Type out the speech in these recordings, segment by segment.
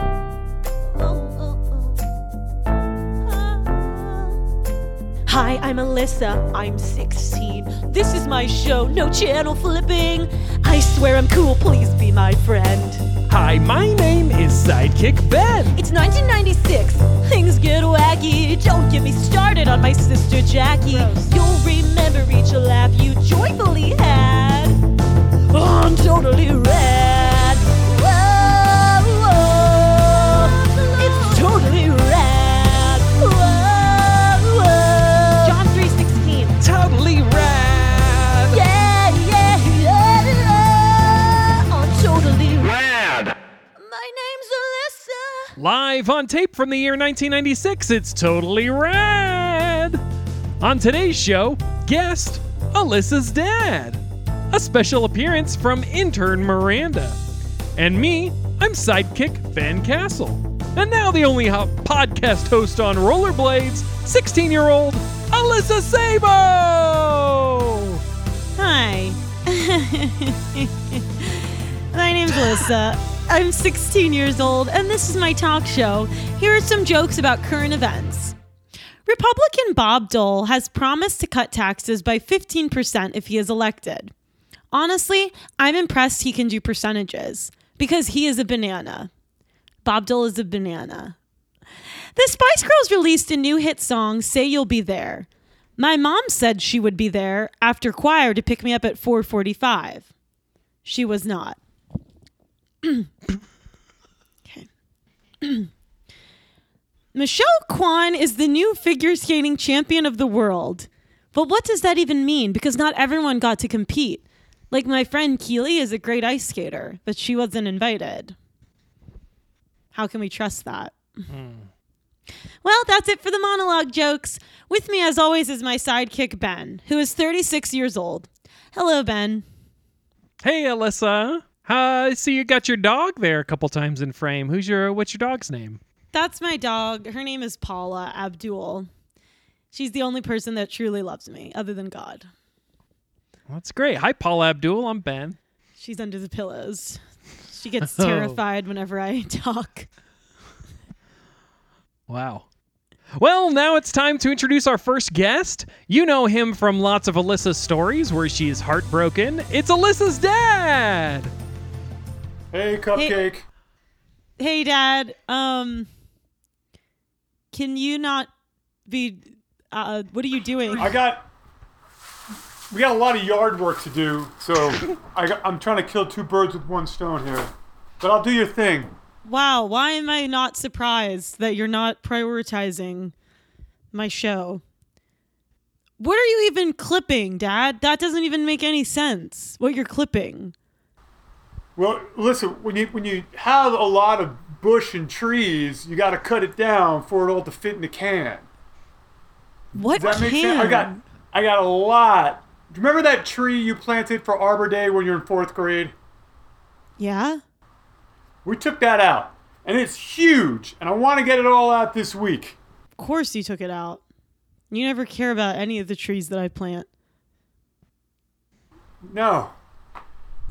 Oh, Hi, I'm Alyssa. I'm 16. This is my show, no channel flipping. I swear I'm cool, please be my friend. Hi, my name is Sidekick Ben. It's 1996. Things get wacky. Don't get me started on my sister Jackie. You'll remember each laugh you joyfully had. I'm totally rad. Whoa, whoa. It's totally rad. Whoa, whoa. John 316. Totally rad. Yeah, yeah, yeah, yeah. I'm totally rad. Rad. My name's Alyssa. Live on tape from the year 1996, it's totally rad. On today's show, guest Alyssa's dad, a special appearance from intern Miranda, and me, I'm sidekick Ben Castle, and now the only ho- podcast host on rollerblades, 16 year old Alyssa Sabo. Hi. my name's Alyssa. I'm 16 years old, and this is my talk show. Here are some jokes about current events. Republican Bob Dole has promised to cut taxes by 15% if he is elected. Honestly, I'm impressed he can do percentages because he is a banana. Bob Dole is a banana. The Spice Girls released a new hit song, Say You'll Be There. My mom said she would be there after choir to pick me up at 4:45. She was not. okay. Michelle Kwan is the new figure skating champion of the world. But what does that even mean? Because not everyone got to compete. Like my friend Keely is a great ice skater, but she wasn't invited. How can we trust that? Well, that's it for the monologue jokes. With me, as always, is my sidekick, Ben, who is 36 years old. Hello, Ben. Hey, Alyssa. Uh, so you got your dog there a couple times in frame. Who's your what's your dog's name? That's my dog. Her name is Paula Abdul. She's the only person that truly loves me, other than God. Well, that's great. Hi, Paul Abdul. I'm Ben. She's under the pillows. She gets terrified whenever I talk. Wow. Well, now it's time to introduce our first guest. You know him from lots of Alyssa's stories where she is heartbroken. It's Alyssa's dad. Hey, Cupcake. Hey, Dad. Um, can you not be? Uh, what are you doing? I got. We got a lot of yard work to do, so I got, I'm trying to kill two birds with one stone here. But I'll do your thing. Wow, why am I not surprised that you're not prioritizing my show? What are you even clipping, Dad? That doesn't even make any sense. What you're clipping. Well, listen. When you when you have a lot of bush and trees, you got to cut it down for it all to fit in the can. What Does that can? make sense? I got I got a lot. Do you remember that tree you planted for Arbor Day when you're in fourth grade? Yeah? We took that out, and it's huge. And I want to get it all out this week. Of course you took it out. You never care about any of the trees that I plant. No.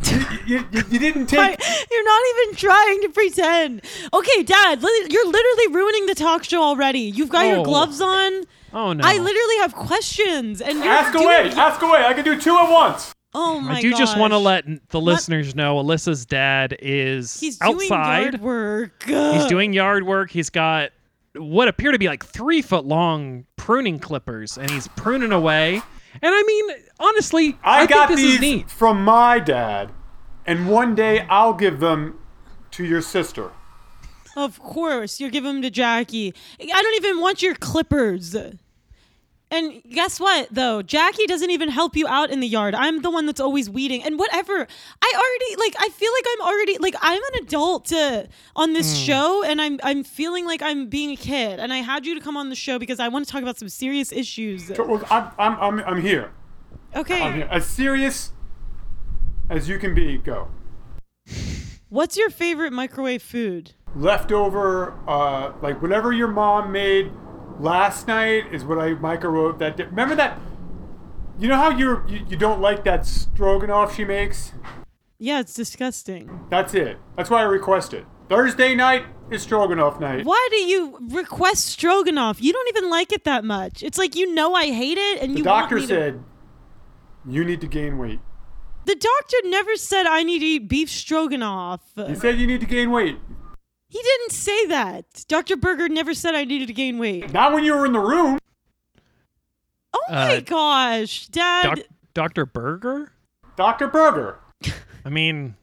You- you, you, you didn't take. I- you're not even trying to pretend. Okay, Dad, li- you're literally ruining the talk show already. You've got Oh. your gloves on. Oh no. I literally have questions, and you're Ask doing- away. Ask away. I can do two at once. Oh my! I do just want to gosh. let n- the listeners know Alyssa's dad is He's outside. doing yard work. He's doing yard work. He's got what appear to be like three foot long pruning clippers, and he's pruning away. And I mean, honestly, I, think got this these is neat. from my dad, and one day I'll give them to your sister. Of course, you give them to Jackie. I don't even want your clippers. And guess what, though? Jackie doesn't even help you out in the yard. I'm the one that's always weeding and whatever. I already like. I feel like I'm already like I'm an adult uh, on this Hmm. show, and I'm I'm feeling like I'm being a kid. And I had you to come on the show because I want to talk about some serious issues. Well, I'm, I'm, I'm, I'm here. I'm Okay, here. As serious as you can be, go. what's your favorite microwave food? Leftover, uh, like whatever your mom made last night is what I microwaved that day. Remember that? You know how you're, you you don't like that stroganoff she makes? Yeah, it's disgusting. That's it. That's why I request it. Thursday night, is stroganoff night. Why do you request stroganoff? You don't even like it that much. It's like you know I hate it, and The you doctor want me said, "You need to gain weight." To... The doctor never said I need to eat beef stroganoff. He said you need to gain weight. He didn't say that. Dr. Berger never said I needed to gain weight. Not when you were in the room. Oh my Uh, gosh, Dad. Doc- Dr. Berger? Dr. Berger. I mean,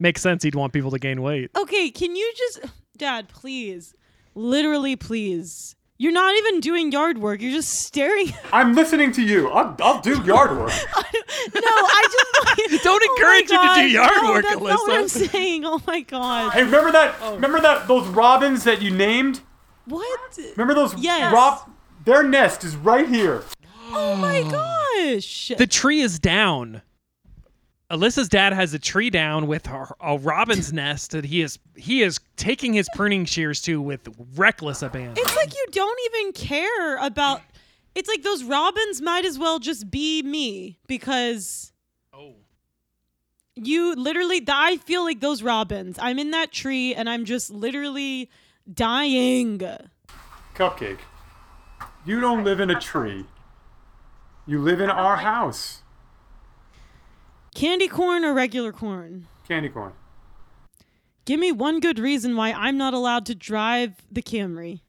makes sense he'd want people to gain weight. Okay, can you just, Dad, please, literally, please. You're not even doing yard work. You're just staring. no, I'm listening to you. I'll, I'll do yard work. I just Don't Oh my encourage him to do gosh, yard no, work, that's Not what I'm Alyssa. saying. Oh my god. hey, remember that? Oh. Remember that? Those robins that you named? What? Remember those? Yes. Rob, their nest is right here. Oh my gosh. The tree is down. Alyssa's dad has a tree down with her, a robin's nest that he is he is taking his pruning shears to with reckless abandon. It's like you don't even care about. It's like those robins might as well just be me because. Oh. You literally, th- I feel like those robins. I'm in that tree and I'm just literally dying. Cupcake, you don't live in a tree. You live in our house. Candy corn or regular corn? Candy corn. Give me one good reason why I'm not allowed to drive the Camry.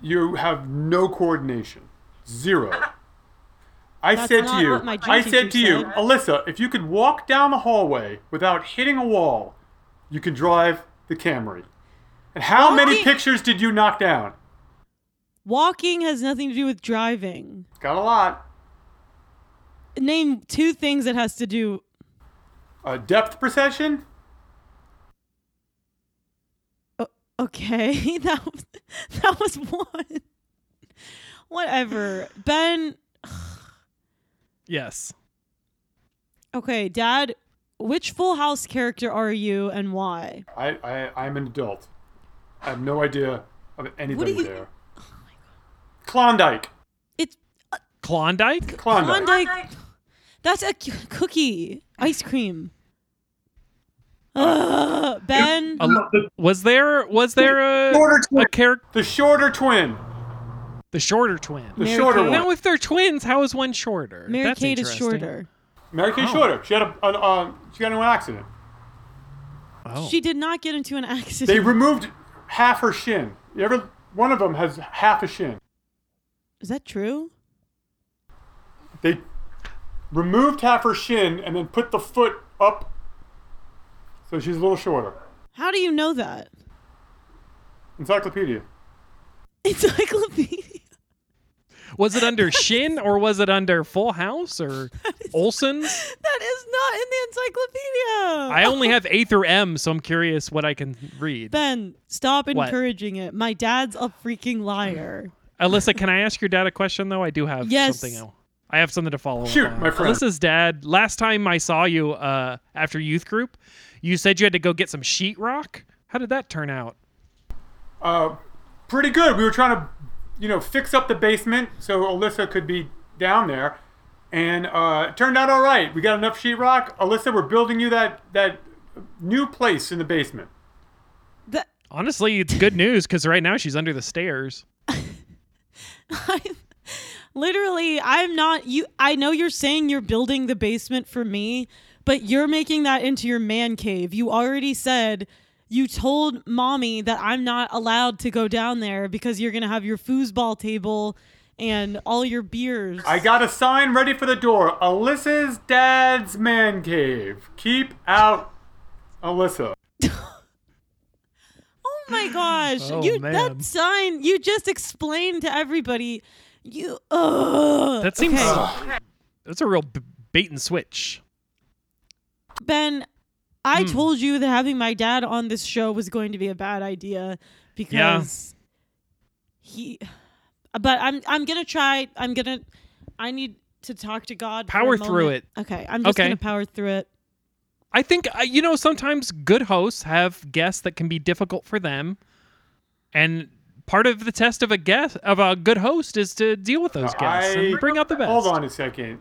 You have no coordination. Zero. I That's said to not you, what my gym I said to teacher you, said. Alyssa, if you could walk down the hallway without hitting a wall, you can drive the Camry. And how many Walking- pictures did you knock down? Walking has nothing to do with driving. Got a lot. Name two things it has to do. A depth perception? O- okay, that was, that was one. Whatever. Ben, Yes. okay, Dad, which Full House character are you and why? I, I, I'm an adult. I have no idea of anything you- Oh there. Klondike. It's Klondike? Klondike. Klondike. That's a cu- cookie, ice cream. Ugh, ben, Al- was there was there a, a character The shorter twin. the shorter twin? The Mary shorter Kay. one. Now if they're twins, how is one shorter? Mary That's Kate is interesting. shorter. Mary Oh. Kay Shorter. She had a, an, uh, she got in an accident. Oh. She did not get into an They accident. removed half her shin. You ever? One of them has half a shin. is that true? They removed half her shin and then put the foot up, so she's a little shorter. How do you know that? Encyclopedia. Encyclopedia. Was it under Shin or was it under Full House or Olsen's? That is not in the encyclopedia. I only have A through M, so I'm curious what I can read. Ben, stop What? encouraging it. My dad's a freaking liar. Alyssa, can I ask your dad a question though? I do have Yes. something else. I have something to follow Shoot, up on. my friend. Alyssa's dad, last time I saw you uh, after youth group, you said you had to go get some sheetrock. How did that turn out? Uh, pretty good. We were trying to, you know, fix up the basement so Alyssa could be down there, and uh, it turned out all right. We got enough sheetrock. Alyssa, we're building you that that new place in the basement. That Honestly, it's good news because right now she's under the stairs. I literally I'm not you I know you're saying you're building the basement for me, but you're making that into your man cave. You already said you told mommy that I'm not allowed to go down there because you're gonna have your foosball table and all your beers. I got a sign ready for the door. Alyssa's dad's man cave. Keep out Alyssa. Oh my gosh. Oh, you man. that sign you just explained to everybody. You ugh. That seems. Okay, That's a real b- bait and switch. Ben, Hmm. I told you that having my dad on this show was going to be a bad idea because he but I'm I'm going to try I'm going to I need to talk to God. for a Power through moment. Okay, I'm just Okay. going to power through it. I think uh, you know sometimes good hosts have guests that can be difficult for them, and part of the test of a guest of a good host is to deal with those guests I- and bring out the best. Hold on a second.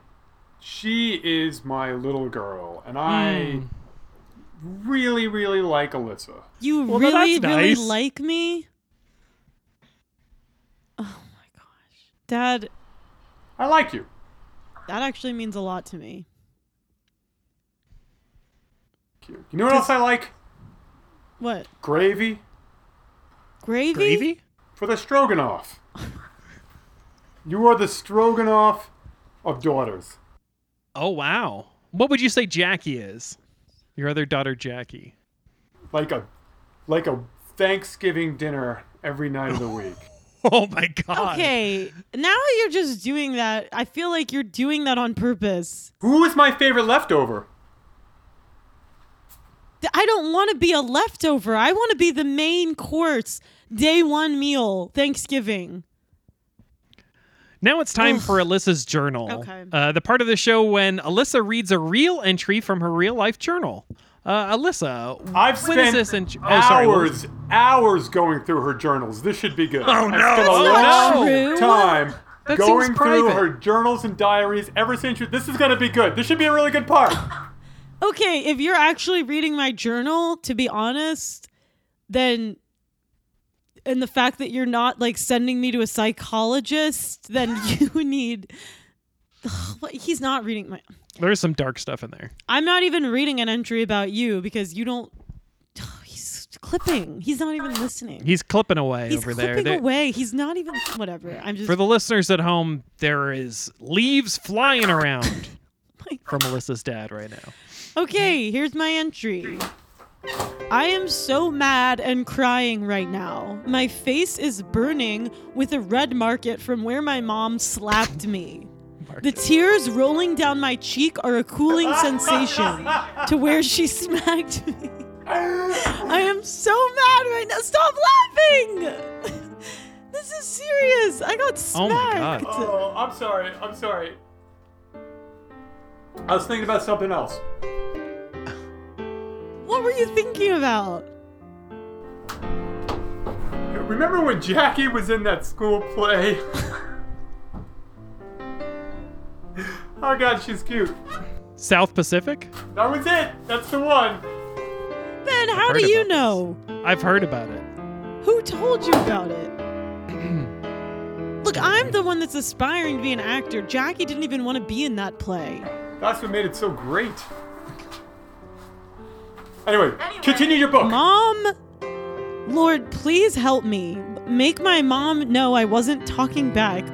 She is my little girl, and I really, really like Alyssa. You Well, now really, that's really nice. like me? Oh my gosh. Dad, I like you. that actually means a lot to me. Cute. You know what else I like? What? Gravy Gravy? Gravy? for the stroganoff. you are the stroganoff of daughters. Oh wow. What would you say Jackie is? Your other daughter Jackie. Like a like a Thanksgiving dinner every night of the week. Oh my god. Okay. Now you're just doing that. I feel like you're doing that on purpose. Who is my favorite leftover? Th- I don't want to be a leftover. I want to be the main course, day one meal, Thanksgiving. Now it's time for Alyssa's journal. Okay. Uh, the part of the show when Alyssa reads a real entry from her real life journal. Uh, Alyssa, I've when is spent this entry? Oh, sorry. what was- hours, hours going going through her journals. This should be good. Oh, no. I spent a That's not long true. time That going seems through private. her journals and diaries ever since. You, this is gonna be good. This should be a really good part. Okay, if you're actually reading my journal, to be honest, then and the fact that you're not like sending me to a psychologist, then you need Ugh, what- he's not reading my There's some dark stuff in there. I'm not even reading an entry about you because you don't he's clipping. He's not even listening. He's clipping away He's over there. clipping There- away. He's not even whatever. I'm just For the listeners at home, there is leaves flying around Oh from Alyssa's dad right now. Okay, here's my entry. I am so mad and crying right now. My face is burning with a red market from where my mom slapped me. The tears rolling down my cheek are a cooling sensation to where she smacked me. I am so mad right now. Stop laughing! This is serious. I got Oh smacked. my God. Oh, I'm sorry. I'm sorry. I was thinking about something else. What were you thinking about? Remember when Jackie was in that school play? oh god, she's cute. South Pacific? That was it. That's the one. Ben, how heard do you about this. know? I've heard about it. Who told you about it? Look, I'm the one that's aspiring to be an actor. Jackie didn't even want to be in that play. That's what made it so great. Anyway, continue your book. Mom, Lord, please help me. Make my mom know I wasn't talking back.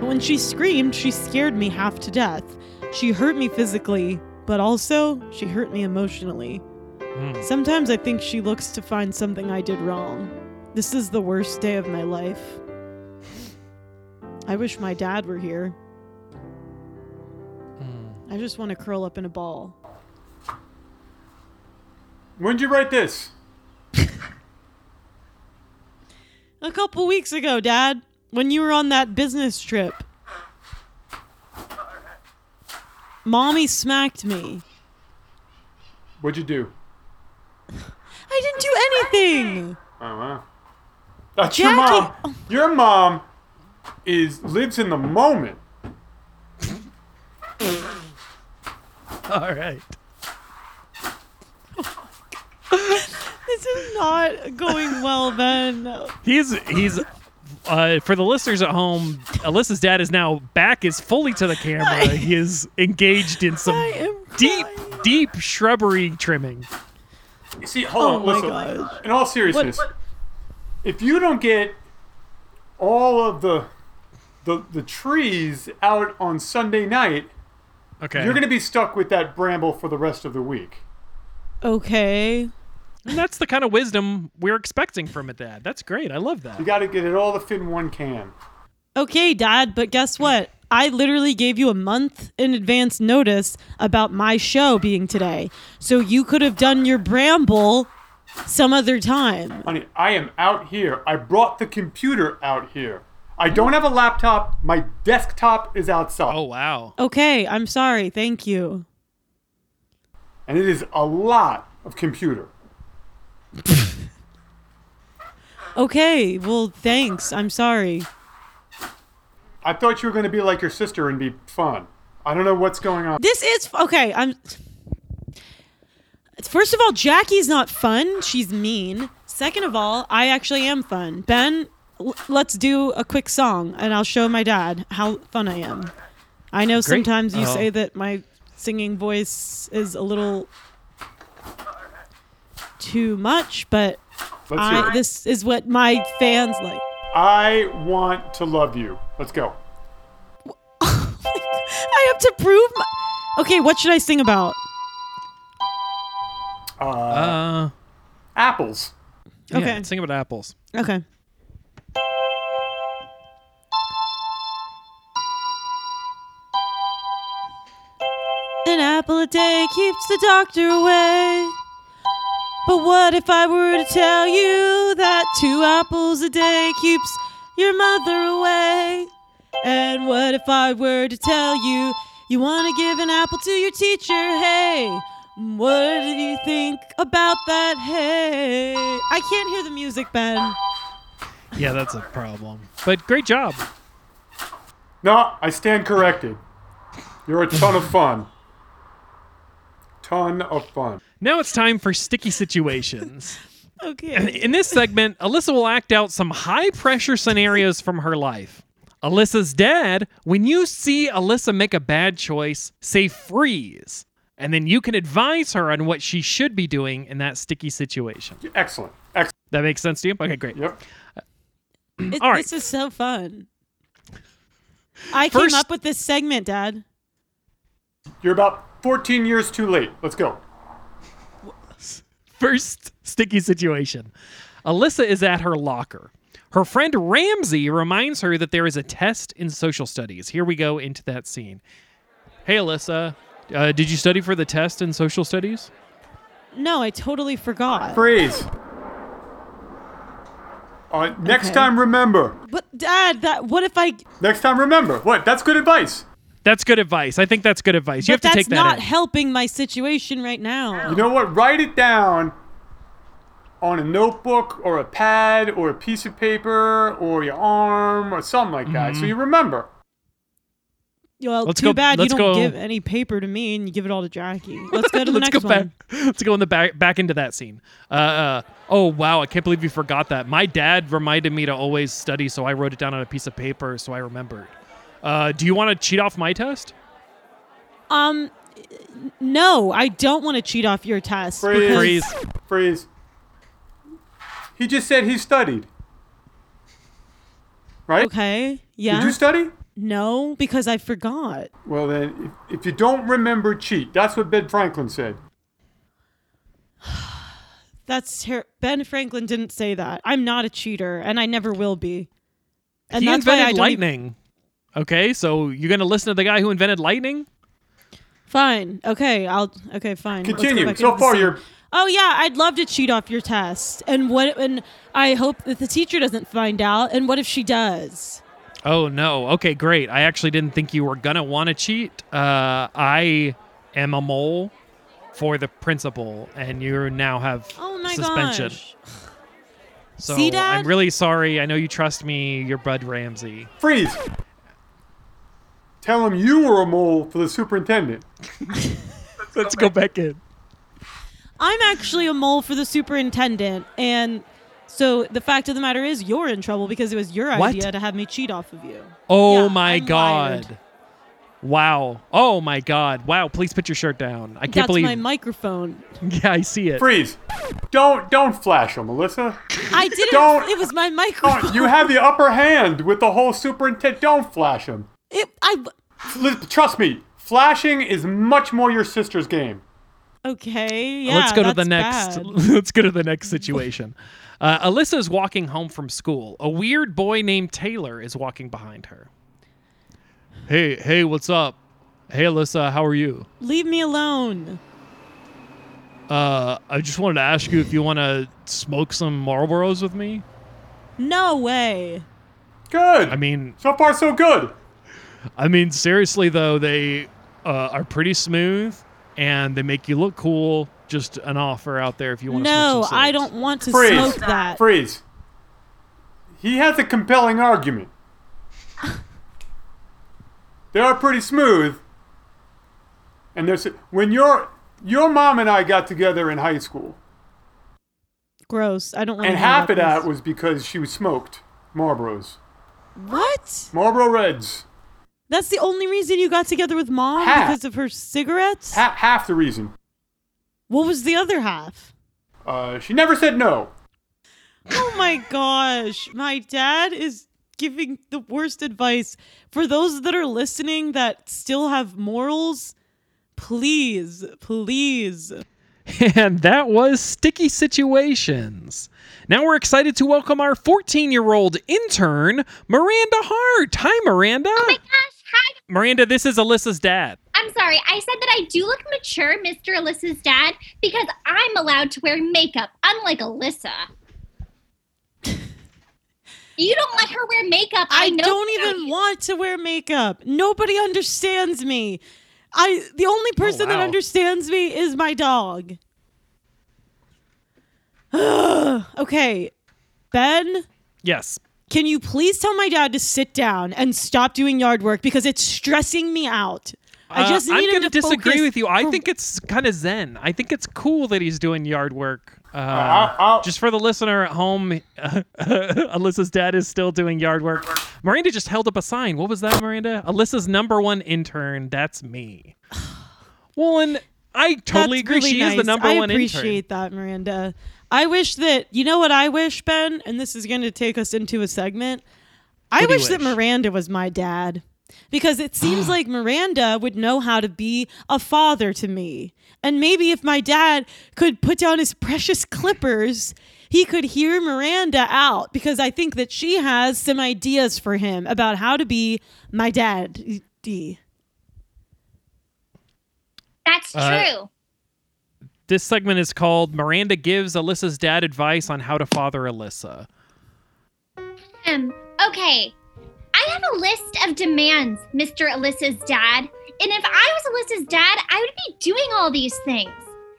But when she screamed, she scared me half to death. She hurt me physically, but also she hurt me emotionally. Sometimes I think she looks to find something I did wrong. This is the worst day of my life. I wish my dad were here. I just want to curl up in a ball. When'd you write this? A couple weeks ago, Dad, when you were on that business trip. Mommy smacked me. What'd you do? I didn't do anything. Oh wow. That's Jackie- your mom. Your mom is lives in the moment. All right. This is not going well, Ben. He's he's uh, for the listeners at home. Alyssa's dad is now back is fully to the camera. He is engaged in I some am deep crying. deep shrubbery trimming. You See, hold Oh on, my listen. gosh. In all seriousness, if you don't get all of the the the trees out on Sunday night, Okay, you're gonna be stuck with that bramble for the rest of the week. Okay. and that's the kind of wisdom we're expecting from a dad. That's great. I love that. You gotta get it all to fit in one can. Okay, Dad, but guess what? I literally gave you a month in advance notice about my show being today. So you could have done your bramble some other time. Honey, I am out here. I brought the computer out here. I don't have a laptop. My desktop is outside. Oh wow. Okay, I'm sorry. Thank you. And it is a lot of computer. Okay, well, thanks. I'm sorry. I thought you were gonna be like your sister and be fun. I don't know what's going on. This is okay. I'm First of all, Jackie's not fun. She's mean. Second of all, I actually am fun. Ben, l- let's do a quick song and I'll show my dad how fun I am. I know sometimes you Oh. say that my singing voice is a little too much, but Let's hear I, it. this is what my fans like. I want to love you. Let's go. I have to prove my. Okay, what should I sing about? Uh, Uh, apples. yeah, Okay. Sing about apples. Okay. An apple a day keeps the doctor away. But what if I were to tell you that two apples a day keeps your mother away? And what if I were to tell you you want to give an apple to your teacher? Hey, what do you think about that? Hey, I can't hear the music, Ben. Yeah, that's a problem. But great job. No, I stand corrected. You're a ton of fun. Ton of fun. Now it's time for sticky situations. Okay. In this segment, Alyssa will act out some high pressure scenarios from her life. Alyssa's dad, when you see Alyssa make a bad choice, say freeze. And then you can advise her on what she should be doing in that sticky situation. Excellent. Excellent. That makes sense to you? Okay, great. Yep. It- All right. This is so fun. I First- came up with this segment, Dad. You're about 14 years too late. Let's go. First sticky situation. Alyssa is at her locker. Her friend Ramsey reminds her that there is a test in social studies. Here we go into that scene. Hey, Alyssa, uh, did you study for the test in social studies? No, I totally forgot. Freeze. Uh, next Okay. time, remember. But Dad, that what if I? Next time, remember. What? That's good advice. That's good advice. I think that's good advice. You have but to that's take that. not in. helping my situation right now. You know what? Write it down on a notebook or a pad or a piece of paper or your arm or something like that Mm-hmm. so you remember. Well, Let's too go- bad you let's don't go- give any paper to me and you give it all to Jackie. Let's go to the Let's next go back. one. Let's go in the back back into that scene. Uh, uh, oh wow, I can't believe you forgot that. My dad reminded me to always study, so I wrote it down on a piece of paper, so I remembered. Uh, do you want to cheat off my test? Um, no, I don't want to cheat off your test. Freeze. because- Freeze. Freeze. He just said he studied. Right? Okay. Did Yeah. you study? no, because I forgot. Well, then, if, if you don't remember, cheat. That's what Ben Franklin said. That's ter- Ben Franklin didn't say that. I'm not a cheater, and I never will be. And he that's why I invented don't e- even- lightning. Okay, so you're gonna listen to the guy who invented lightning? Fine. Okay. I'll. Okay. Fine. Let's go Continue. back So into the far, scene. you're. Oh yeah, I'd love to cheat off your test, and what? And I hope that the teacher doesn't find out. And what if she does? Oh no. Okay, great. I actually didn't think you were gonna want to cheat. Uh, I am a mole for the principal, and you now have Oh my suspension. gosh! So See, Dad? I'm really sorry. I know you trust me. You're Bud Ramsey. Freeze. Tell him you were a mole for the superintendent. Let's go back in. I'm actually a mole for the superintendent, and so the fact of the matter is, you're in trouble because it was your What? idea to have me cheat off of you. Oh Yeah, my I'm god. wired. Wow. Oh my god. Wow. Please put your shirt down. I can't That's believe. my microphone. yeah, I see it. Freeze. Don't don't flash him, Melissa. I didn't. Don't- It was my microphone. Don't- you have the upper hand with the whole superintendent. Don't flash him. It, I. Fl- Trust me, flashing is much more your sister's game. Okay. Yeah. Uh, let's go to the that's next. bad. Let's go to the next situation. Uh, Alyssa is walking home from school. A weird boy named Taylor is walking behind her. Hey, hey, what's up? Hey, Alyssa, how are you? Leave me alone. Uh, I just wanted to ask you if you want to smoke some Marlboros with me. No way. Good. I mean, so far so good. I mean, seriously though, they uh, are pretty smooth and they make you look cool. Just an offer out there if you want to. No, I don't want to Freeze. smoke that. Freeze. He has a compelling argument. They are pretty smooth. And there's when you're Your mom and I got together in high school, Gross. I don't want and to half of that was because she was smoked Marlboros, What? Marlboro Reds. That's the only reason you got together with mom Half. because of her cigarettes? Half, half the reason. What was the other half? Uh, she never said no. Oh my gosh. My dad is giving the worst advice. For those that are listening that still have morals, please, please. And that was Sticky Situations. Now we're excited to welcome our 14 year old intern, Miranda Hart. Hi, Miranda. gosh, hi. Miranda, this is Alyssa's dad. I'm sorry. I said that I do look mature, Mr. Alyssa's dad, because I'm allowed to wear makeup, unlike Alyssa. you don't let her wear makeup. I, I know don't about even you. want to wear makeup. Nobody understands me. I the only person that Oh, wow. understands me is my dog. Ugh. okay. Ben, Yes. can you please tell my dad to sit down and stop doing yard work because it's stressing me out. I Uh, just need I'm him gonna to disagree focus with you. I for- think it's kind of zen. I think it's cool that he's doing yard work. Uh, I'll- just for the listener at home, Alyssa's dad is still doing yard work. Miranda just held up a sign. What was that, Miranda? Alyssa's number one intern. That's me. Well, and I That's totally agree. really she is the nice. number one I intern. appreciate that, Miranda. I wish that you know what I wish, Ben, and this is going to take us into a segment. What I do you wish that wish? Miranda was my dad because it seems like Miranda would know how to be a father to me. And maybe if my dad could put down his precious clippers, he could hear Miranda out because I think that she has some ideas for him about how to be my dad. D. That's Uh, true. This segment is called Miranda Gives Alyssa's Dad Advice on How to Father Alyssa. Um, okay. I have a list of demands, Mr. Alyssa's dad. And if I was Alyssa's dad, I would be doing all these things.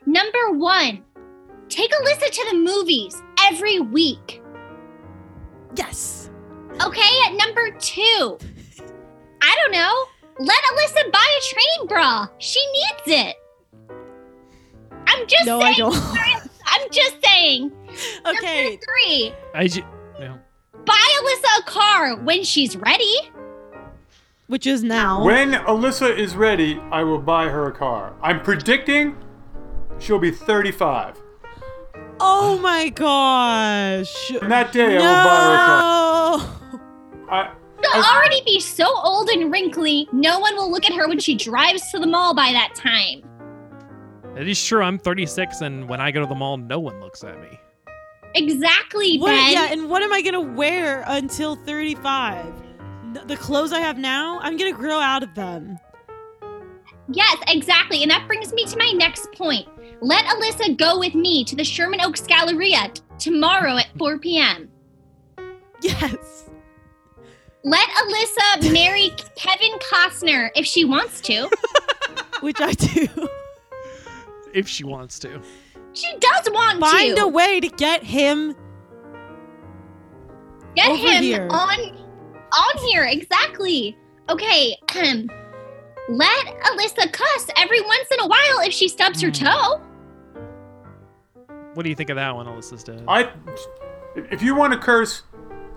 Number one, take Alyssa to the movies every week. Yes. Okay, at number two, I don't know. Let Alyssa buy a training bra. She needs it. I'm just No, I saying. don't. I'm just saying. okay. Number three, I ju- no. buy Alyssa a car when she's ready. Which is now. When Alyssa is ready, I will buy her a car. I'm predicting she'll be 35. Oh my gosh. And that day, I will buy her a car. No. I, She'll I- already be so old and wrinkly, no one will look at her when she drives to the mall by that time. That is true. I'm 36, and when I go to the mall, no one looks at me. Exactly, What, Ben. yeah, and what am I going to wear until 35? N- The clothes I have now, I'm going to grow out of them. Yes, exactly. And that brings me to my next point. Let Alyssa go with me to the Sherman Oaks Galleria t- tomorrow at 4 p.m. Yes. Let Alyssa marry Kevin Costner if she wants to. Which I do. If she wants to. She does want Find to. a way to get him. Get over him here. on on here exactly. Okay. Um, let Alyssa cuss every once in a while if she stubs her Hmm. toe. What do you think of that one, Alyssa's dad? I, if you want to curse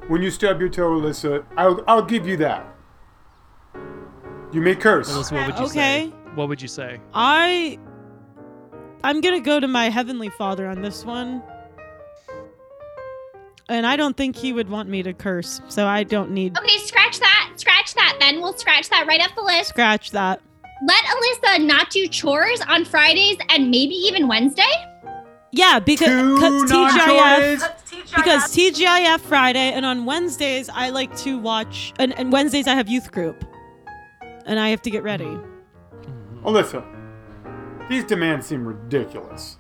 when you stub your toe, Alyssa, I'll, I'll give you that. You may curse. Alyssa, what would you say? Okay. What would you say? I. I'm going to go to my heavenly father on this one. And I don't think he would want me to curse, so I don't need. Okay, scratch that. Scratch that. Then we'll scratch that right off the list. Scratch that. Let Alyssa not do chores on Fridays and maybe even Wednesday. Yeah, because Two cause TGIF. non-choices. because TGIF Friday and on Wednesdays I like to watch and, and Wednesdays I have youth group. And I have to get ready. Alyssa, these demands seem ridiculous.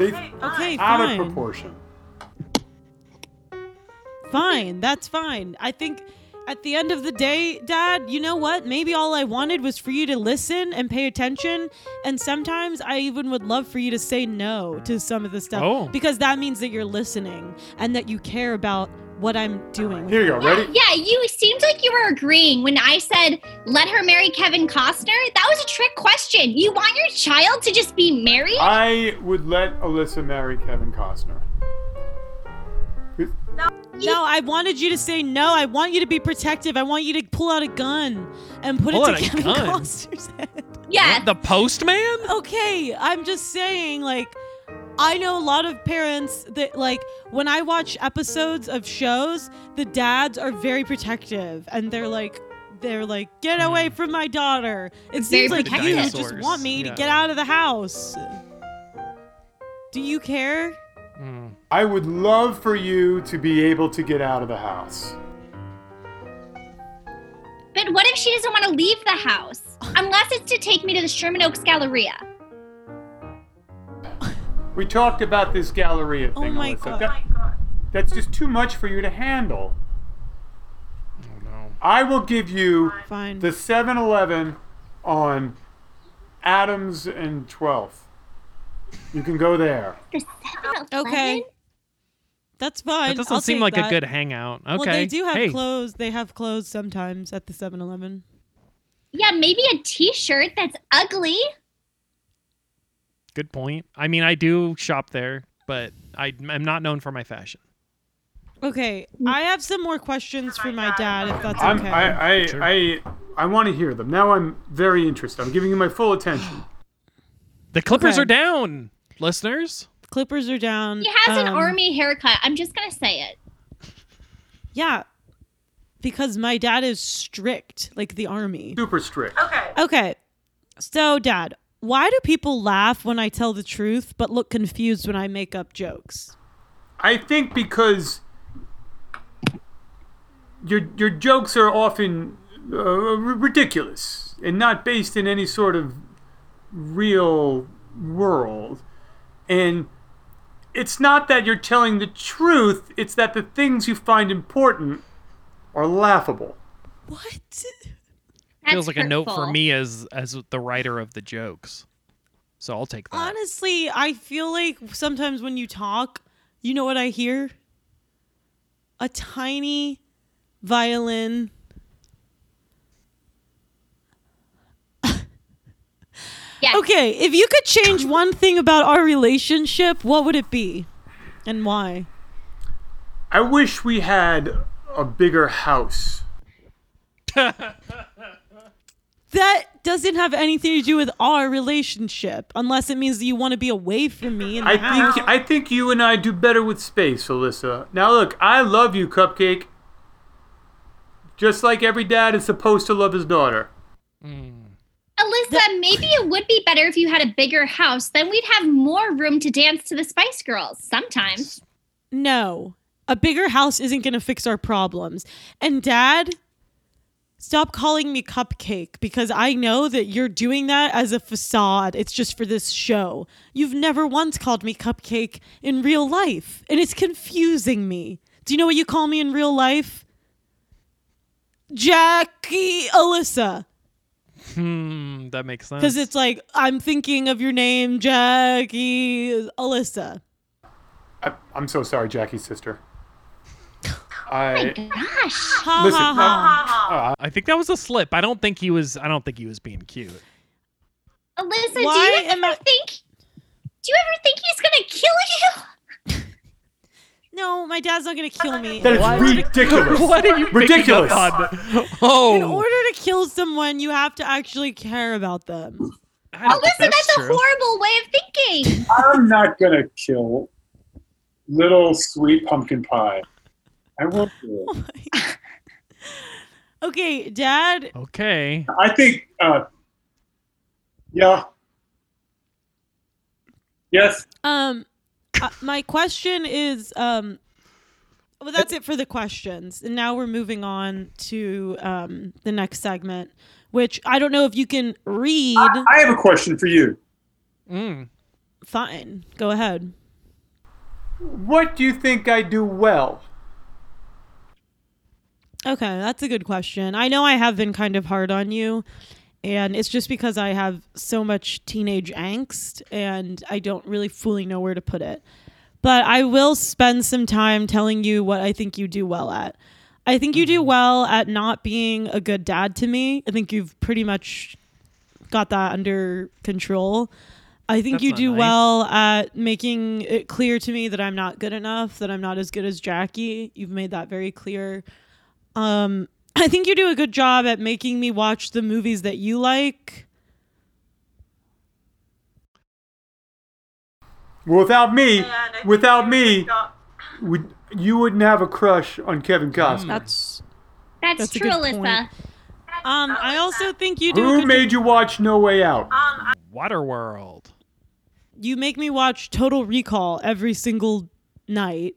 They Okay, out fine. of proportion. Fine, that's fine. I think at the end of the day, Dad, you know what? Maybe all I wanted was for you to listen and pay attention. And sometimes I even would love for you to say no to some of the stuff Oh. because that means that you're listening and that you care about what I'm doing. Here you go. Ready? Yeah, you seemed like you were agreeing when I said, let her marry Kevin Costner. That was a trick question. You want your child to just be Uh, married? I would let Alyssa marry Kevin Costner. No, I wanted you to say no. I want you to be protective. I want you to pull out a gun and put Pull it out to a Kevin gun? Costner's head. yeah. What, the postman? Okay, I'm just saying, like, I know a lot of parents that, like, when I watch episodes of shows, the dads are very protective and they're like, they're like, get Mm-hmm. away from my daughter. It Very seems like you protective. just want me to Dinosaurs, get yeah. out of the house. Do you care? Mm. I would love for you to be able to get out of the house. But what if she doesn't want to leave the house? Unless it's to take me to the Sherman Oaks Galleria. We talked about this Galleria Oh thing, my God. Alyssa. That- that's just too much for you to handle. Oh, no. I will give you Fine. the 7-Eleven on Adams and 12th. You can go there. The okay. 7-Eleven? That's fine. That doesn't I'll seem take like that. a good hangout. Okay. Well, they do have hey. clothes. They have clothes sometimes at the 7 Eleven. Yeah, maybe a t shirt that's ugly. Good point. I mean, I do shop there, but I, I'm not known for my fashion. Okay, Mm. I have some more questions for my dad, if that's I'm, okay. I, I, Sure. I, I want to hear them. Now I'm very interested. I'm giving you my full attention. The Clippers Okay. are down, listeners. Clippers are down. He has an um, army haircut. I'm just going to say it. Yeah, because my dad is strict, like the army. Super strict. Okay, so dad, why do people laugh when I tell the truth but look confused when I make up jokes? I think because your your jokes are often uh, r- ridiculous and not based in any sort of real world, and it's not that you're telling the truth; it's that the things you find important are laughable. What? That's Feels like a note for hurtful. me as as the writer of the jokes. So I'll take that. Honestly, I feel like sometimes when you talk, you know what I hear? A tiny violin. Yes. Okay, if you could change one thing about our relationship, what would it be? And why? I wish we had a bigger house. That doesn't have anything to do with our relationship, unless it means that you want to be away from me. And I think I think you and I do better with space, Alyssa. Now look, I love you, Cupcake. Just like every dad is supposed to love his daughter. Alyssa, maybe it would be better if you had a bigger house. Then we'd have more room to dance to the Spice Girls sometimes. no, a bigger house isn't going to fix our problems. And Dad, stop calling me cupcake because I know that you're doing that as a facade. It's just for this show. You've never once called me cupcake in real life, and it's confusing me. Do you know what you call me in real life? Jackie Alyssa. Hmm, that makes sense. Because it's like, I'm thinking of your name, Jackie Alyssa. I, I'm so sorry, Jackie's sister. Oh I my gosh. Ha Listen, ha ha. I think that was a slip. I don't think he was. I don't think he was being cute. Alyssa, Why do you am ever I- think do you ever think he's gonna kill you? No, my dad's not going to kill me. Uh, that is Why would- ridiculous. What are you picking Ridiculous. up on? Oh, In order to kill someone, you have to actually care about them. I don't think Alyssa, that's, a true. horrible way of thinking. I'm not gonna kill little sweet pumpkin pie. I won't do it. Okay, dad, Okay. I think uh yeah. Yes. um, uh, my question is, um, well, that's it for the questions. And now we're moving on to um, the next segment, which I don't know if you can read. I have a question for you. Mm. Fine, go ahead. What do you think I do well? Okay, that's a good question. I know I have been kind of hard on you, and it's just because I have so much teenage angst and I don't really fully know where to put it. but I will spend some time telling you what I think you do well at. I think you Mm-hmm. do well at not being a good dad to me. I think you've pretty much got that under control. I think That's you not do nice. well at making it clear to me that I'm not good enough, that I'm not as good as Jackie. You've made that very clear. Um, I think you do a good job at making me watch the movies that you like. Well, without me, without me, would you wouldn't have a crush on Kevin Costner? That's That's, That's a true, good Alyssa. um. I also think you do. a Who good made you watch No Way Out? Waterworld. you make me watch Total Recall every single night.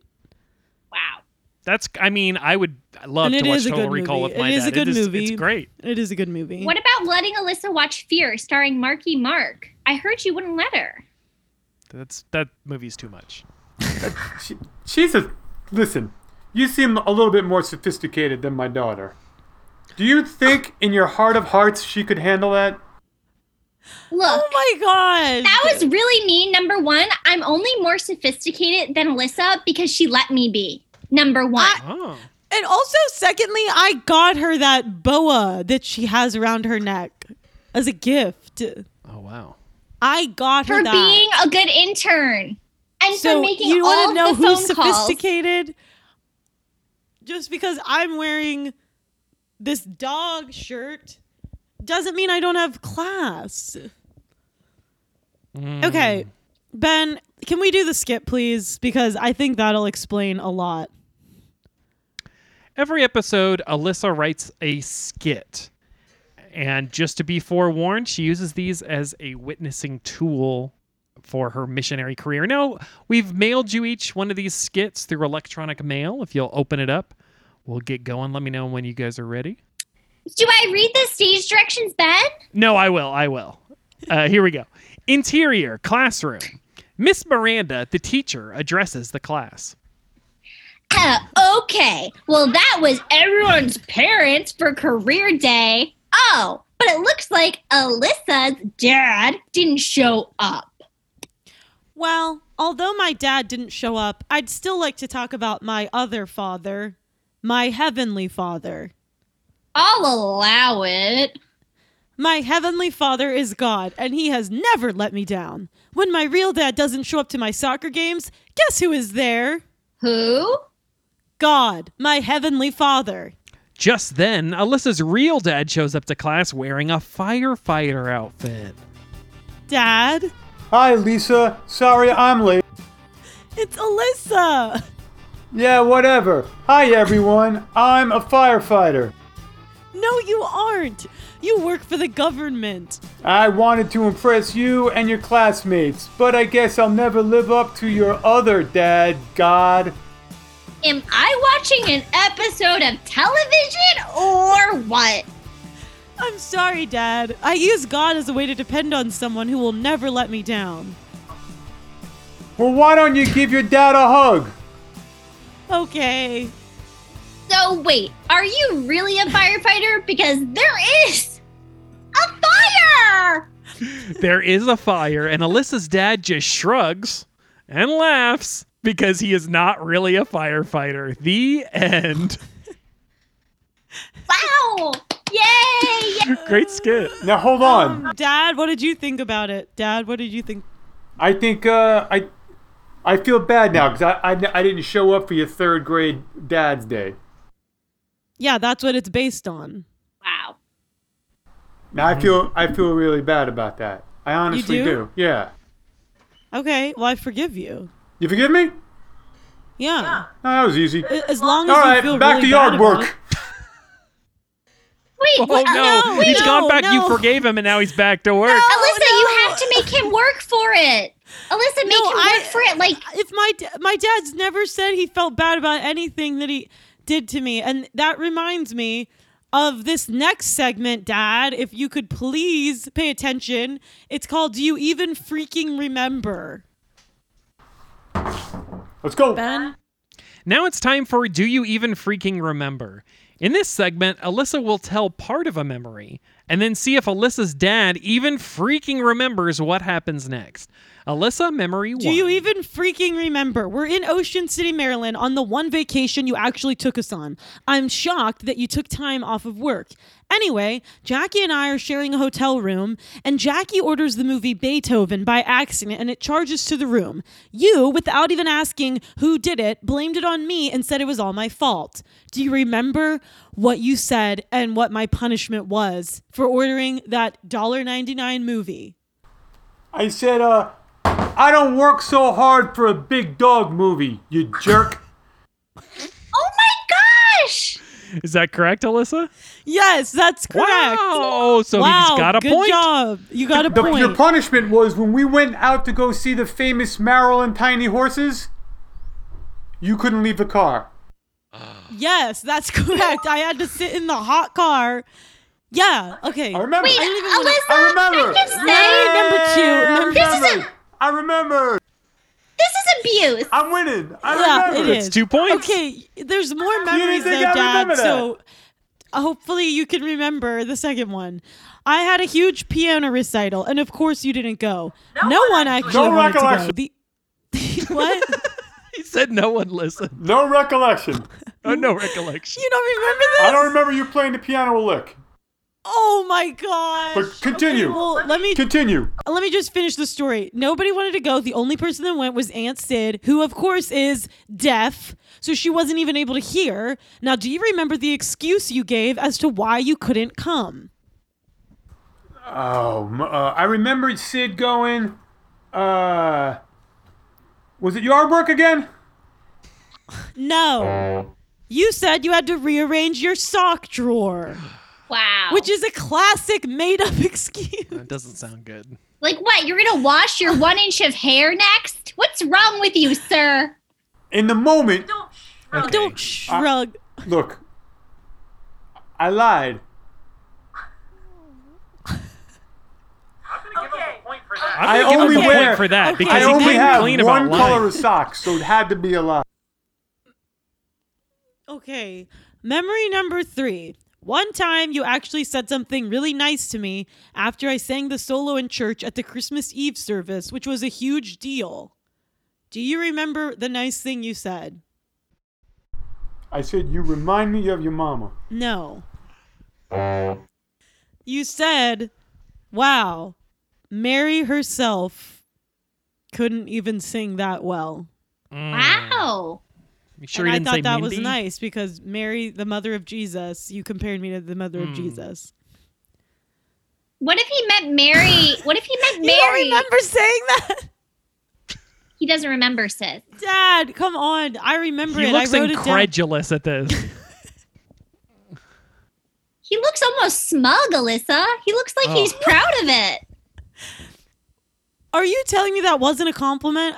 Wow. That's. I mean, I would love And to it watch is a Total good Recall movie. with my It is dad. a good it is, movie. It's great. It is a good movie. What about letting Alyssa watch Fear, starring Marky Mark? I heard you wouldn't let her. That's that movie's too much. She, she's a listen. You seem a little bit more sophisticated than my daughter. Do you think, in your heart of hearts, she could handle that? Look, oh my god. that was really mean. Number one, I'm only more sophisticated than Alyssa because she let me be. Number one. Oh, and also secondly, I got her that boa that she has around her neck as a gift. oh wow. I got her for that. being a good intern and so for making you all want of to know the who's phone calls. sophisticated? Just because I'm wearing this dog shirt doesn't mean I don't have class. Mm. Okay, Ben, can we do the skip, please? Because I think that'll explain a lot. Every episode, Alyssa writes a skit. And just to be forewarned, she uses these as a witnessing tool for her missionary career. Now, we've mailed you each one of these skits through electronic mail. If you'll open it up, we'll get going. Let me know when you guys are ready. Do I read the stage directions, Ben? No, I will. I will. Uh, here we go. Interior classroom. Miss Miranda, the teacher, addresses the class. Uh, okay. Well, that was everyone's parents for career day. Oh, but it looks like Alyssa's dad didn't show up. Well, although my dad didn't show up, I'd still like to talk about my other father, my heavenly father. I'll allow it. My heavenly father is God, and he has never let me down. When my real dad doesn't show up to my soccer games, guess who is there? Who? God, my heavenly father. Just then, Alyssa's real dad shows up to class wearing a firefighter outfit. Dad, Hi, Lisa. Sorry, I'm late. it's Alyssa. Yeah, whatever. Hi, everyone. I'm a firefighter. No, you aren't. You work for the government. I wanted to impress you and your classmates, but I guess I'll never live up to your other dad, God. Am I watching an episode of television or what? I'm sorry, Dad. I use God as a way to depend on someone who will never let me down. Well, why don't you give your dad a hug? Okay. So, wait, are you really a firefighter? Because there is a fire! There is a fire, and Alyssa's dad just shrugs and laughs because he is not really a firefighter. The end. Wow! Yay! yay. Great skit. Now, hold on. Dad, what did you think about it? Dad, what did you think? I think uh, I I feel bad now because I, I I didn't show up for your third grade dad's day. Yeah, that's what it's based on. Wow. Now I feel I feel really bad about that. I honestly Mm-hmm. do? do. Yeah. Okay, well, I forgive you. You forgive me? No, Yeah. that was easy. A- As long as All you right, feel back really to yard bad about it. work. Wait, Oh what- no, no, he's no, gone back. You no. forgave him, and now he's back to work. Alyssa, you have to make him work for it. Alyssa, make Oh, No, him I- work for it. Like, If my da- my dad's never said he felt bad about anything that he did to me, and that reminds me of this next segment, Dad. If you could please pay attention, it's called "Do You Even Freaking Remember?" Let's go. Ben, Now it's time for Do You Even Freaking Remember? In this segment, Alyssa will tell part of a memory and then see if Alyssa's dad even freaking remembers what happens next. Alyssa, memory Do one. you even freaking remember? We're in Ocean City, Maryland on the one vacation you actually took us on. I'm shocked that you took time off of work. Anyway, Jackie and I are sharing a hotel room, and Jackie orders the movie Beethoven by accident and it charges to the room. You, without even asking who did it, blamed it on me and said it was all my fault. Do you remember what you said and what my punishment was for ordering that $1.99 movie? I said, uh, I don't work so hard for a big dog movie, you jerk. Oh my gosh! Is that correct, Alyssa? Yes, that's correct. Wow. So he's got a good point. job. You got a The, point. your punishment was when we went out to go see the famous Maryland Tiny Horses, you couldn't leave the car. yes, that's correct. I had to sit in the hot car. Yeah. Okay. I remember. Wait, I, even wanna- I Alyssa, remember. can say Yay, number two. This Number is a, I remember. this is abuse. I'm winning. I yeah, it remember. is. two points. Okay. There's more memories though, think I Dad. remember that? So uh, hopefully you can remember the second one. I had a huge piano recital, and of course you didn't go. No, one actually No wanted to go. recollection. The, what? He said no one listened. No recollection. Oh, no recollection. you don't remember this? I don't remember you playing the piano a lick. Oh my gosh. But continue. Okay, well, let me Continue. Uh, Let me just finish the story. Nobody wanted to go. The only person that went was Aunt Sid, who, of course, is deaf. So she wasn't even able to hear. Now, do you remember the excuse you gave as to why you couldn't come? Oh, m- uh, I remembered Sid going. Uh, was it yard work again? No. You said you had to rearrange your sock drawer, Wow. which is a classic made up excuse. That doesn't sound good. like what? You're gonna wash your one inch of hair next? What's wrong with you, sir? In the moment, Okay. Don't shrug. look. I lied. I'm gonna I give him only a wear- point for that okay. because I he only didn't have complain one about lying. color of socks, so it had to be a lie. Okay. Memory number three. One time you actually said something really nice to me after I sang the solo in church at the Christmas Eve service, which was a huge deal. Do you remember the nice thing you said? I said, "You remind me of your mama." No. You said, wow, Mary herself couldn't even sing that well. Hmm. Wow. You sure and he I didn't thought say that Mindy? was nice because Mary, the mother of Jesus, you compared me to the mother Hmm. of Jesus. What if he meant Mary? What if he meant You don't Mary? remember saying that? he doesn't remember, sis. Dad, come on. I remember He it. looks I wrote it incredulous at this. He looks almost smug, Alyssa. He looks like Oh. he's proud of it. down. Are you telling me that wasn't a compliment?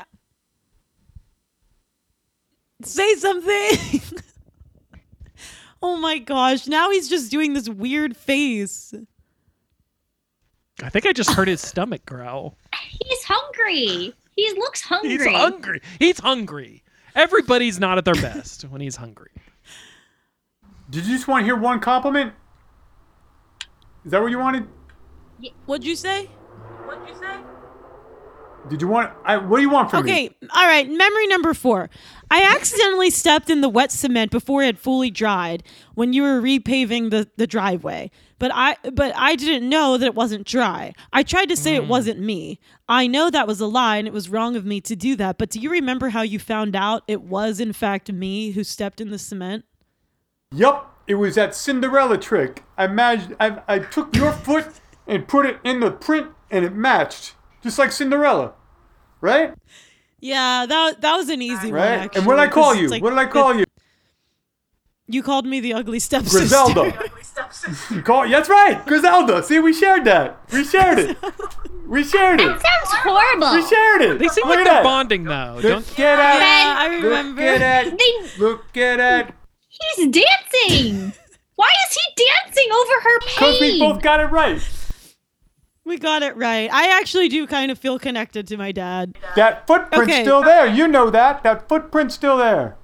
Say something. oh my gosh. Now he's just doing this weird face. I think I just heard his stomach growl. He's hungry. He looks He's hungry. hungry. He's hungry. Everybody's not at their best when he's hungry. Did you just want to hear one compliment? Is that what you wanted? What'd you say? Did you want? I, what do you want from me? Okay, all right. Memory number four. I accidentally stepped in the wet cement before it had fully dried when you were repaving the, the driveway. But I but I didn't know that it wasn't dry. I tried to Mm. say it wasn't me. I know that was a lie and it was wrong of me to do that. But do you remember how you found out it was in fact me who stepped in the cement? Yup, it was that Cinderella trick. I imagine I, I took your foot and put it in the print, and it matched just like Cinderella, right? Yeah, that that was an easy one. Right. Actually, and what did I 'cause call it's you? like- what did I call you? You called me the ugly stepsister. Griselda. you call, that's right, Griselda. See, we shared that. We shared it. We shared it. That sounds We horrible. shared it. They seem Look like at they're that. bonding though. Don't Look at that. Yeah, I remember. Look at that. They, Look at that. he's dancing. Why is he dancing over her Because we pain? both got it right. We got it right. I actually do kind of feel connected to my dad. That footprint's Okay. still there. You know that. That footprint's still there.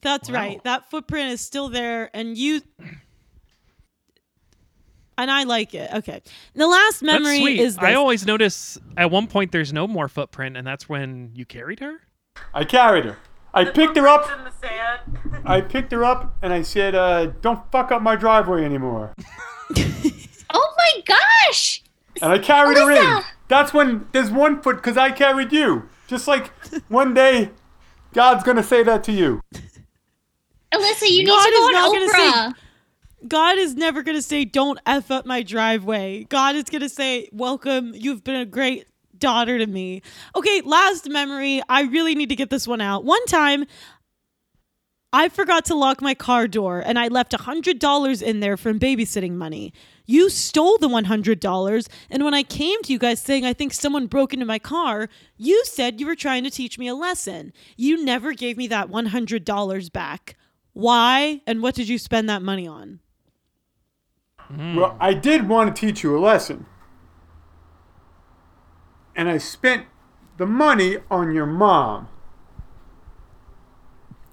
That's Wow. right. That footprint is still there, and you. And I like it. Okay. The last That's memory sweet. is this. I always notice at one point there's no more footprint, and that's when you carried her. I carried her. I picked her It's up. in the sand. I picked her up, and I said, uh, "Don't fuck up my driveway anymore." Oh my gosh! And I carried her in. Alyssa! That's when there's one foot because I carried you. Just like one day, God's gonna say that to you. Alyssa, you God need to is go on not gonna say- Oprah. God is never going to say, don't F up my driveway. God is going to say, welcome. You've been a great daughter to me. Okay, last memory. I really need to get this one out. One time, I forgot to lock my car door and I left $100 in there from babysitting money. You stole the $100. And when I came to you guys saying, I think someone broke into my car, you said you were trying to teach me a lesson. You never gave me that $100 back. Why? And what did you spend that money on? Well, I did want to teach you a lesson. And I spent the money on your mom.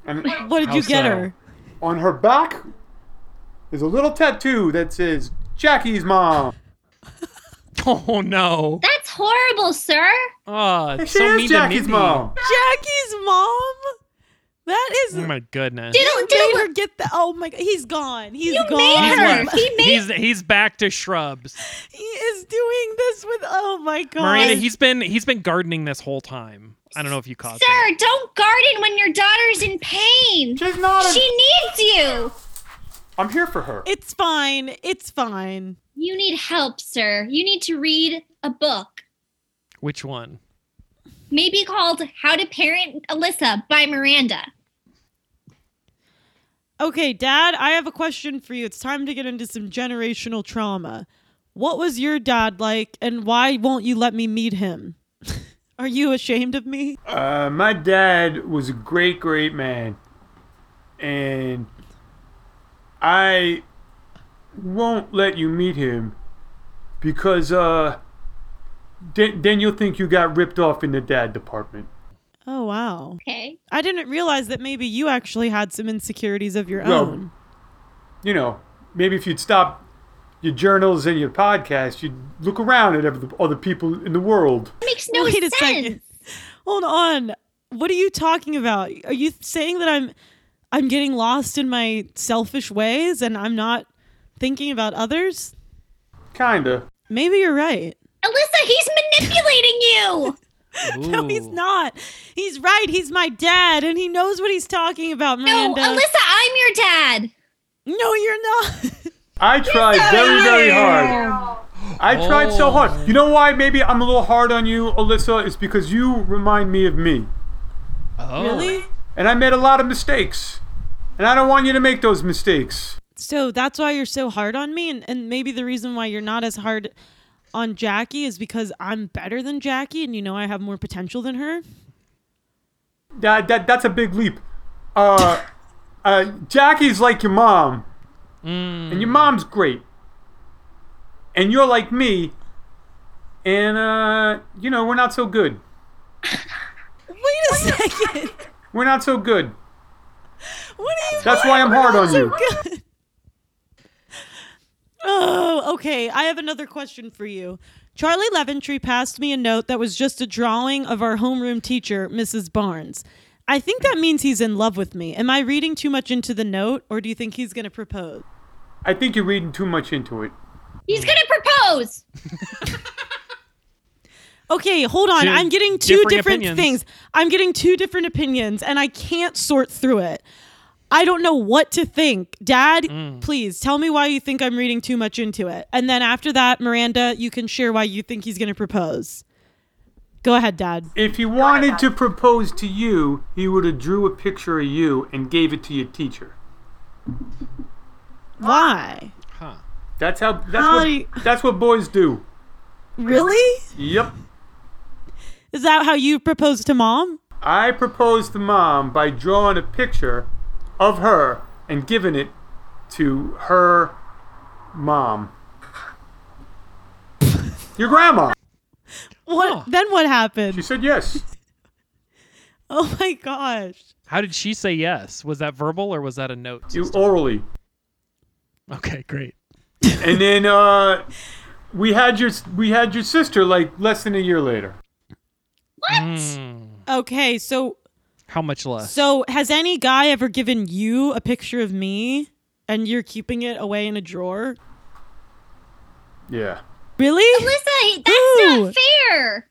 And What did you How get so? her? on her back is a little tattoo that says Jackie's mom. Oh no! That's horrible, sir. Oh, And it's she so mean is Jackie's to Mindy. mom. Jackie's mom? That is. Oh my goodness. Did- you Dude, made her get the. Oh my god, he's gone. He's You gone. made He's her. left. He made- he's he's back to shrubs. He is doing this with. Oh my god. Miranda, he's been he's been gardening this whole time. I don't know if you caught that. Sir, don't garden when your daughter's in pain. She's not. A, She needs you. I'm here for her. It's fine. It's fine. You need help, sir. You need to read a book, Which one? maybe called How to Parent Alyssa by Miranda. Okay, Dad, I have a question for you. It's time to get into some generational trauma. What was your dad like, and why won't you let me meet him? Are you ashamed of me? Uh, my dad was a great, great man. And I won't let you meet him because uh, then, then you'll think you got ripped off in the dad department. Oh, wow. Okay. I didn't realize that maybe you actually had some insecurities of your No. own. You know, maybe if you'd stop your journals and your podcast, you'd look around at every, all the people in the world. Makes no Wait a sense. second. Hold on. What are you talking about? Are you saying that I'm I'm getting lost in my selfish ways and I'm not thinking about others? Kinda. Maybe you're right. Alyssa, he's manipulating you. No, he's Ooh. not. He's right. He's my dad and he knows what he's talking about, no, uh, Miranda. Alyssa, I'm your dad. no you're not. I tried very, very hard. I tried so hard. You know why maybe I'm a little hard on you, Alyssa? Is because you remind me of me. Oh. really? and I made a lot of mistakes. And I don't want you to make those mistakes. So that's why you're so hard on me and, and maybe the reason why you're not as hard on Jackie is because I'm better than Jackie and you know I have more potential than her. That, that that's a big leap. Uh, uh, Jackie's like your mom, and your mom's great, and you're like me, and uh, you know we're not so good. Wait a second. We're not so good. What are you That's why I'm hard on you. Oh, okay. I have another question for you. Charlie Leventry passed me a note that was just a drawing of our homeroom teacher, Mrs. Barnes. I think that means he's in love with me. Am I reading too much into the note, or do you think he's going to propose? I think you're reading too much into it. Mm. He's going to propose. Okay, hold on. Two I'm getting two differing different opinions. things. I'm getting two different opinions, and I can't sort through it. I don't know what to think. Dad, Mm. please tell me why you think I'm reading too much into it. And then after that, Miranda, you can share why you think he's going to propose. Go ahead, Dad. If he wanted to propose to you, he would have drew a picture of you and gave it to your teacher. Why? Huh. That's how. That's How do you- what. That's what boys do. Really? Yep. Is that how you proposed to mom? I proposed to mom by drawing a picture of her and giving it to her mom. Your grandma. What? Huh. Then what happened? She said yes. Oh my gosh. How did she say yes? Was that verbal or was that a note? You orally. Okay, great. and then uh, we had your we had your sister like less than a year later. What? Mm, Okay, so how much less? so has any guy ever given you a picture of me and you're keeping it away in a drawer? Yeah. Really? Alyssa, that's Ooh. not fair.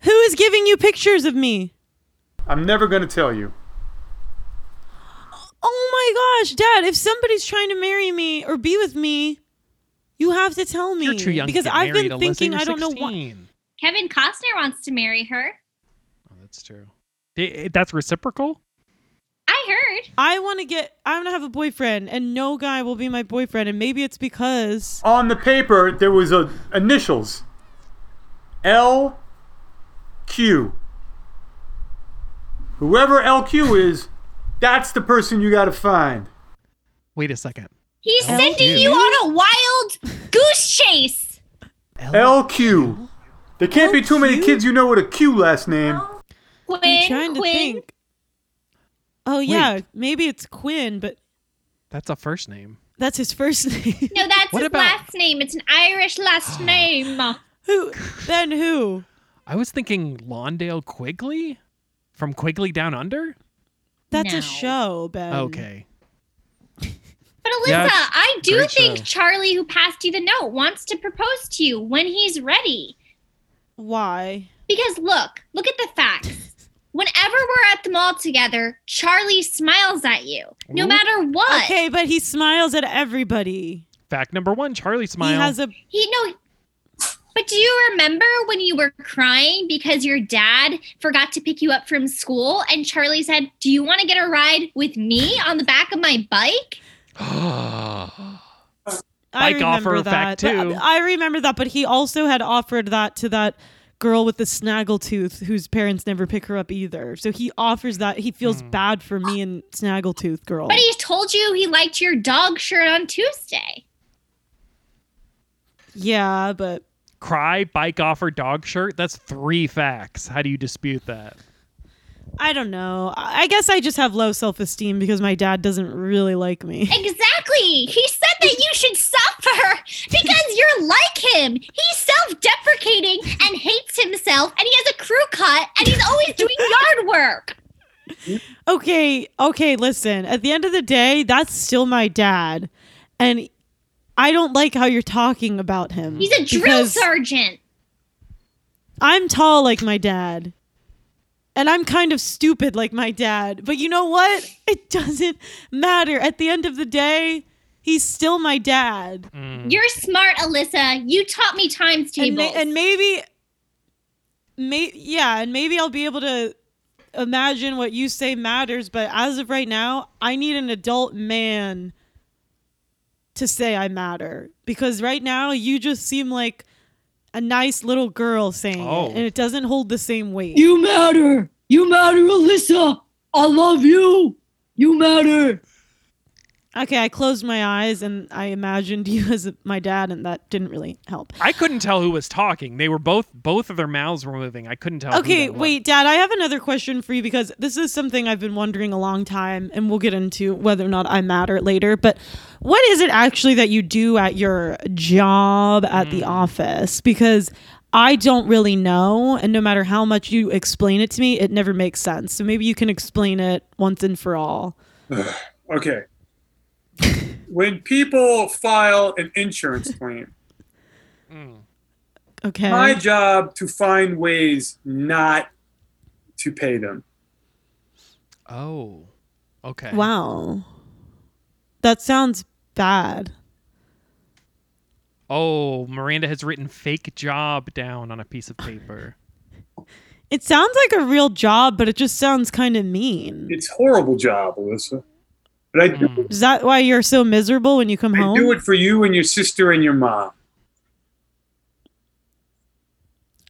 Who is giving you pictures of me? I'm never gonna tell you. Oh my gosh, Dad, if somebody's trying to marry me or be with me, you have to tell me. You're too young to because get I've married, been Alyssa. thinking You're I don't know why. 16. Kevin Costner wants to marry her. Oh, that's true. I- That's reciprocal. I heard. I want to get I want to have a boyfriend and no guy will be my boyfriend and maybe it's because On the paper there was a initials. L Q. Whoever LQ is, that's the person you gotta find. Wait a second. He's Oh, sending dude. you on a wild goose chase. LQ. There can't be too many LQ? kids you know with a Q last name. Quinn, I'm trying to Quinn. think. Oh yeah, maybe it's Quinn, but That's a first name. that's his first name. No, that's What his about- last name. It's an Irish last name. who then who? I was thinking Lawndale Quigley from Quigley Down Under. That's No. a show, Ben. Okay. But Alyssa, Yeah, it's I do great think show. Charlie, who passed you the note, wants to propose to you when he's ready. Why? Because look, look at the facts. Whenever we're at the mall together, Charlie smiles at you, no Ooh. matter what. Okay, but he smiles at everybody. Fact number one: Charlie Smile. He has a He no. But do you remember when you were crying because your dad forgot to pick you up from school and Charlie said, "Do you want to get a ride with me on the back of my bike?" I Like remember offer that. fact but- two. I remember that, but he also had offered that to that girl with the snaggletooth whose parents never pick her up either. So he offers that. He feels Hmm. bad for me and snaggletooth girl. But he told you he liked your dog shirt on Tuesday. yeah, but Cry, bike offer, dog shirt. That's three facts. How do you dispute that? I don't know. I I guess I just have low self-esteem because my dad doesn't really like me. Exactly. He said that you should suffer because you're like him. He's self-deprecating and hates himself, and he has a crew cut, and he's always doing yard work. Okay, okay, listen. At the end of the day, that's still my dad. And I don't like how you're talking about him. He's a drill because sergeant. I'm tall like my dad. And I'm kind of stupid like my dad. But you know what? It doesn't matter. At the end of the day, he's still my dad. Mm. You're smart, Alyssa. You taught me times And, ma- tables. and maybe may yeah, and maybe I'll be able to imagine what you say matters, but as of right now, I need an adult man to say I matter because right now you just seem like a nice little girl saying Oh. it, and it doesn't hold the same weight. You matter. You matter, Alyssa. I love you. You matter. Okay, I closed my eyes and I imagined you as my dad, and that didn't really help. I couldn't tell who was talking. They were both both of their mouths were moving. I couldn't tell. who Okay, that was. wait, Dad, I have another question for you because this is something I've been wondering a long time, and we'll get into whether or not I matter later. But what is it actually that you do at your job at Hmm. the office? Because I don't really know, and no matter how much you explain it to me, it never makes sense. So maybe you can explain it once and for all. Okay. when people file an insurance claim, Okay. my job to find ways not to pay them. Oh. Okay. Wow. That sounds bad. Oh, Miranda has written fake job down on a piece of paper. It sounds like a real job, but it just sounds kind of mean. It's horrible job, Alyssa. But I do, Mm. Is that why you're so miserable when you come I home? do it for you and your sister and your mom.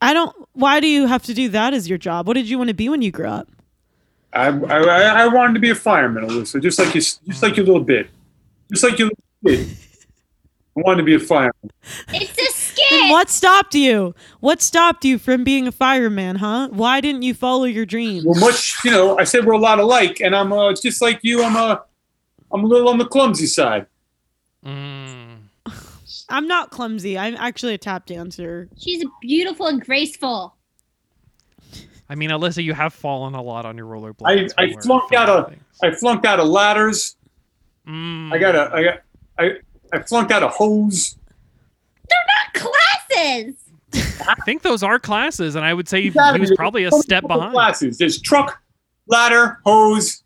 I don't. Why do you have to do that as your job? What did you want to be when you grew up? I, I, I- I wanted to be a fireman, Alyssa, just like your, just like your little bit, just like your little kid. I wanted to be a fireman. it's a skill did. Then what stopped you? What stopped you from being a fireman, huh? Why didn't you follow your dreams? We're much, you know. I said we're a lot alike, and I'm uh, just like you. I'm a, I'm a little on the clumsy side. Mm. I'm not clumsy. I'm actually a tap dancer. She's beautiful and graceful. I mean, Alyssa, you have fallen a lot on your rollerblades. I, I flunked out of I flunked out of ladders. Mm. I got a I got I I flunked out a hose. They're not classes. I think those are classes, and I would say he Gotta was be. probably a Couple step behind. Classes. There's truck, ladder, hose.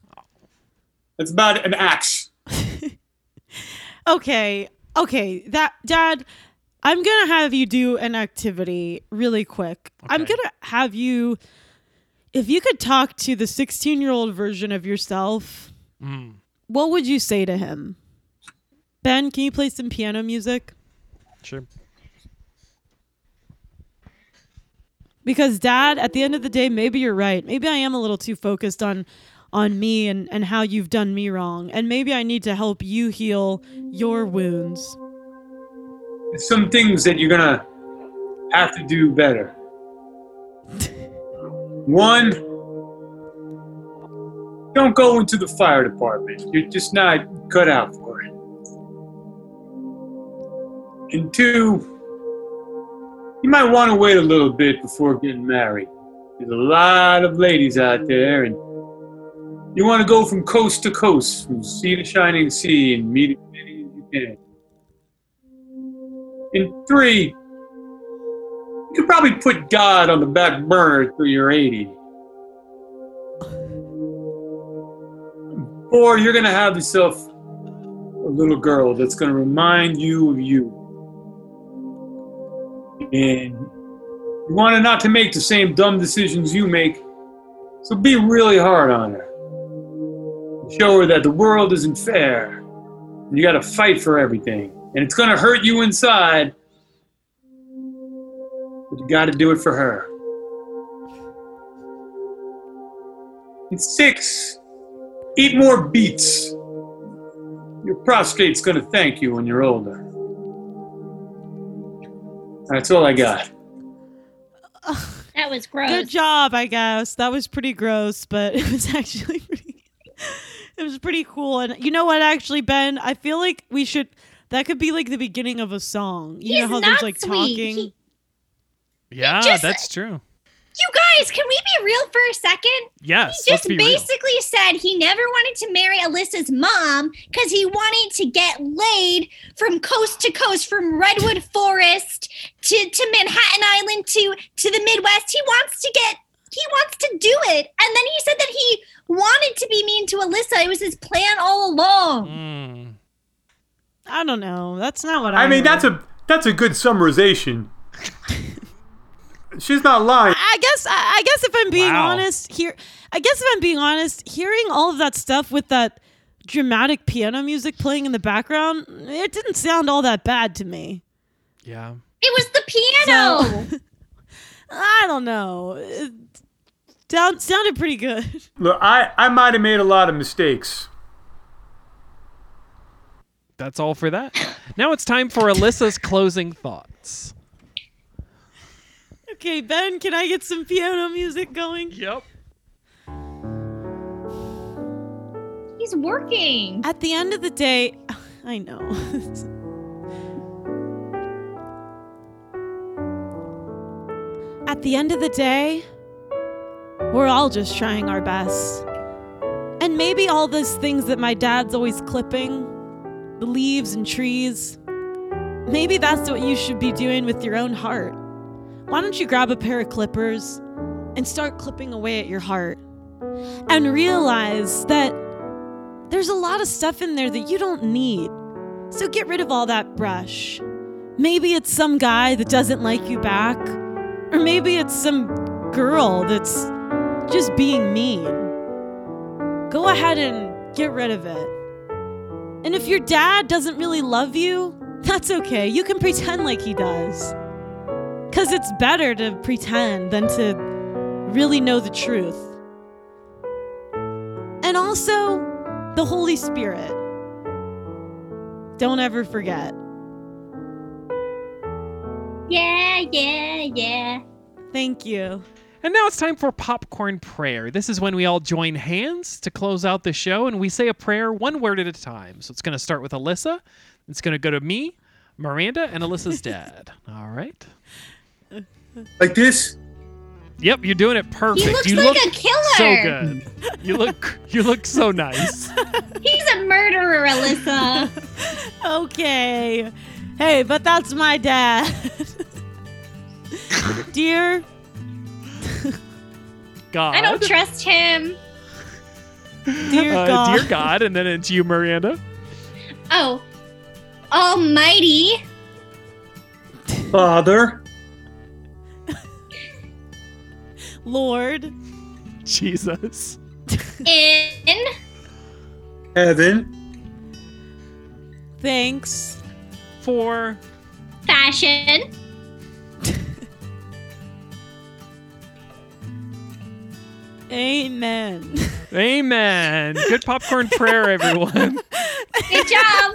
That's about an axe. Okay. Okay. That dad, I'm going to have you do an activity really quick. I'm Okay. going to have you if you could talk to the 16-year-old version of yourself, Mm. what would you say to him? Ben, can you play some piano music? Sure. because dad at the end of the day maybe you're right maybe i am a little too focused on on me and and how you've done me wrong and maybe i need to help you heal your wounds There's some things that you're gonna have to do better. One, don't go into the fire department. You're just not cut out for it. And two, you might want to wait a little bit before getting married. There's a lot of ladies out there, and you want to go from coast to coast, from sea to shining sea, and meet as many as you can. And three, you could probably put God on the back burner till you're 80. Or you're going to have yourself a little girl that's going to remind you of you. And you want her not to make the same dumb decisions you make, so be really hard on her. Show her that the world isn't fair. You got to fight for everything. And it's going to hurt you inside. But you got to do it for her. And six, eat more beets. Your prostrate's going to thank you when you're older. That's all I got. That was gross. good job i guess that was pretty gross but it was actually pretty it was pretty cool and you know what actually ben i feel like we should that could be like the beginning of a song you He's know how not there's like sweet. talking He- Yeah, just- that's true. you guys, can we be real for a second? He Yes, let's just be real. basically said he never wanted to marry Alyssa's mom because he wanted to get laid from coast to coast, from Redwood Forest to, to Manhattan Island to to the Midwest. He wants to get he wants to do it. And then he said that he wanted to be mean to Alyssa. It was his plan all along. Mm. i don't know that's not what i I mean, heard. that's a that's a good summarization. She's not lying. I guess I, I guess if I'm being Wow. honest here, I guess if I'm being honest, hearing all of that stuff with that dramatic piano music playing in the background, it didn't sound all that bad to me. Yeah. It was the piano. I don't know. It sound, sounded pretty good. Look, I, I might have made a lot of mistakes. That's all for that. Now it's time for Alyssa's closing thoughts. Okay, Ben, can I get some piano music going? Yep. He's working. At the end of the day, I know. At the end of the day, we're all just trying our best. And maybe all those things that my dad's always clipping the leaves and trees maybe that's what you should be doing with your own heart. Why don't you grab a pair of clippers and start clipping away at your heart? And realize that there's a lot of stuff in there that you don't need. So get rid of all that brush. Maybe it's some guy that doesn't like you back, or maybe it's some girl that's just being mean. Go ahead and get rid of it. And if your dad doesn't really love you, that's okay. You can pretend like he does. Because it's better to pretend than to really know the truth. And also, the Holy Spirit. Don't ever forget. Yeah, yeah, yeah. Thank you. And now it's time for popcorn prayer. This is when we all join hands to close out the show and we say a prayer one word at a time. So it's going to start with Alyssa. It's going to go to me, Miranda, and Alyssa's dad. All right. Like this? Yep, you're doing it perfect. He looks you like look a killer. so good. You look you look so nice. He's a murderer, Alyssa. Okay. Hey, but that's my dad. Dear, God. I don't trust him. dear Uh, God. dear God, and then it's you, Miranda. Oh, almighty Father. Lord, Jesus. in Heaven. thanks For fashion. Amen. Amen. Good popcorn prayer, everyone. Good job.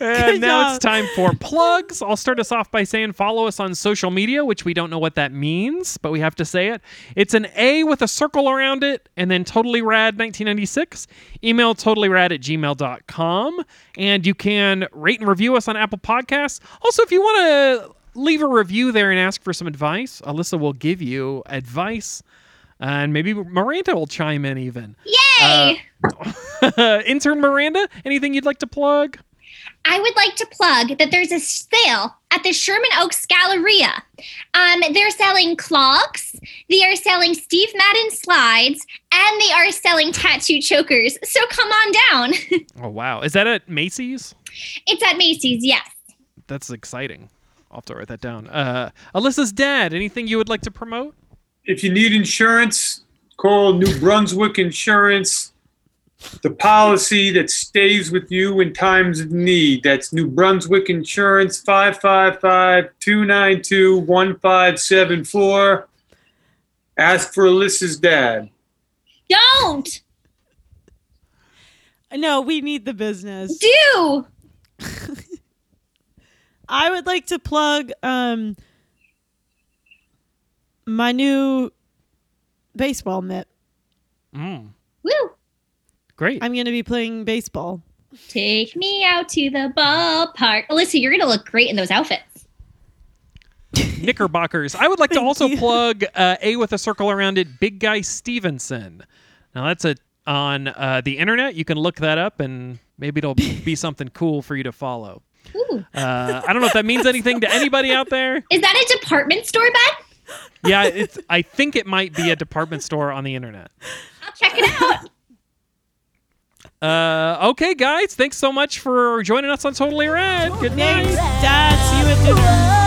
And now job. it's time for plugs. I'll start us off by saying follow us on social media, which we don't know what that means, but we have to say it. It's an A with a circle around it, and then totally rad 1996. Email totally rad at gmail.com. And you can rate and review us on Apple Podcasts. Also, if you want to leave a review there and ask for some advice, Alyssa will give you advice. And maybe Miranda will chime in even. Yay! Intern Miranda, anything you'd like to plug? I would like to plug that there's a sale at the Sherman Oaks Galleria. Um, they're selling clogs, they are selling Steve Madden slides, and they are selling tattoo chokers. So come on down. Oh wow, is that at Macy's? It's at Macy's, yes. That's exciting. I'll have to write that down. Uh, Alyssa's dad. Anything you would like to promote? If you need insurance, call New Brunswick Insurance. The policy that stays with you in times of need. That's New Brunswick Insurance, 555 292 1574. Ask for Alyssa's dad. Don't No, we need the business. do. I would like to plug um my new baseball mitt. Mm, Woo. great. I'm going to be playing baseball. Take me out to the ballpark. Alyssa, you're going to look great in those outfits. Knickerbockers. I would like to also you. plug uh, a with a circle around it. Big guy Stevenson. Now that's a on uh, the internet. You can look that up, and maybe it'll be something cool for you to follow. Ooh. Uh, I don't know if that means anything to anybody out there. Is that a department store bag? Yeah, it's. I think it might be a department store on the internet. I'll check it out. Uh, okay, guys, thanks so much for joining us on Totally Rad. Good night. Thanks, Dad. See you at dinner. Whoa.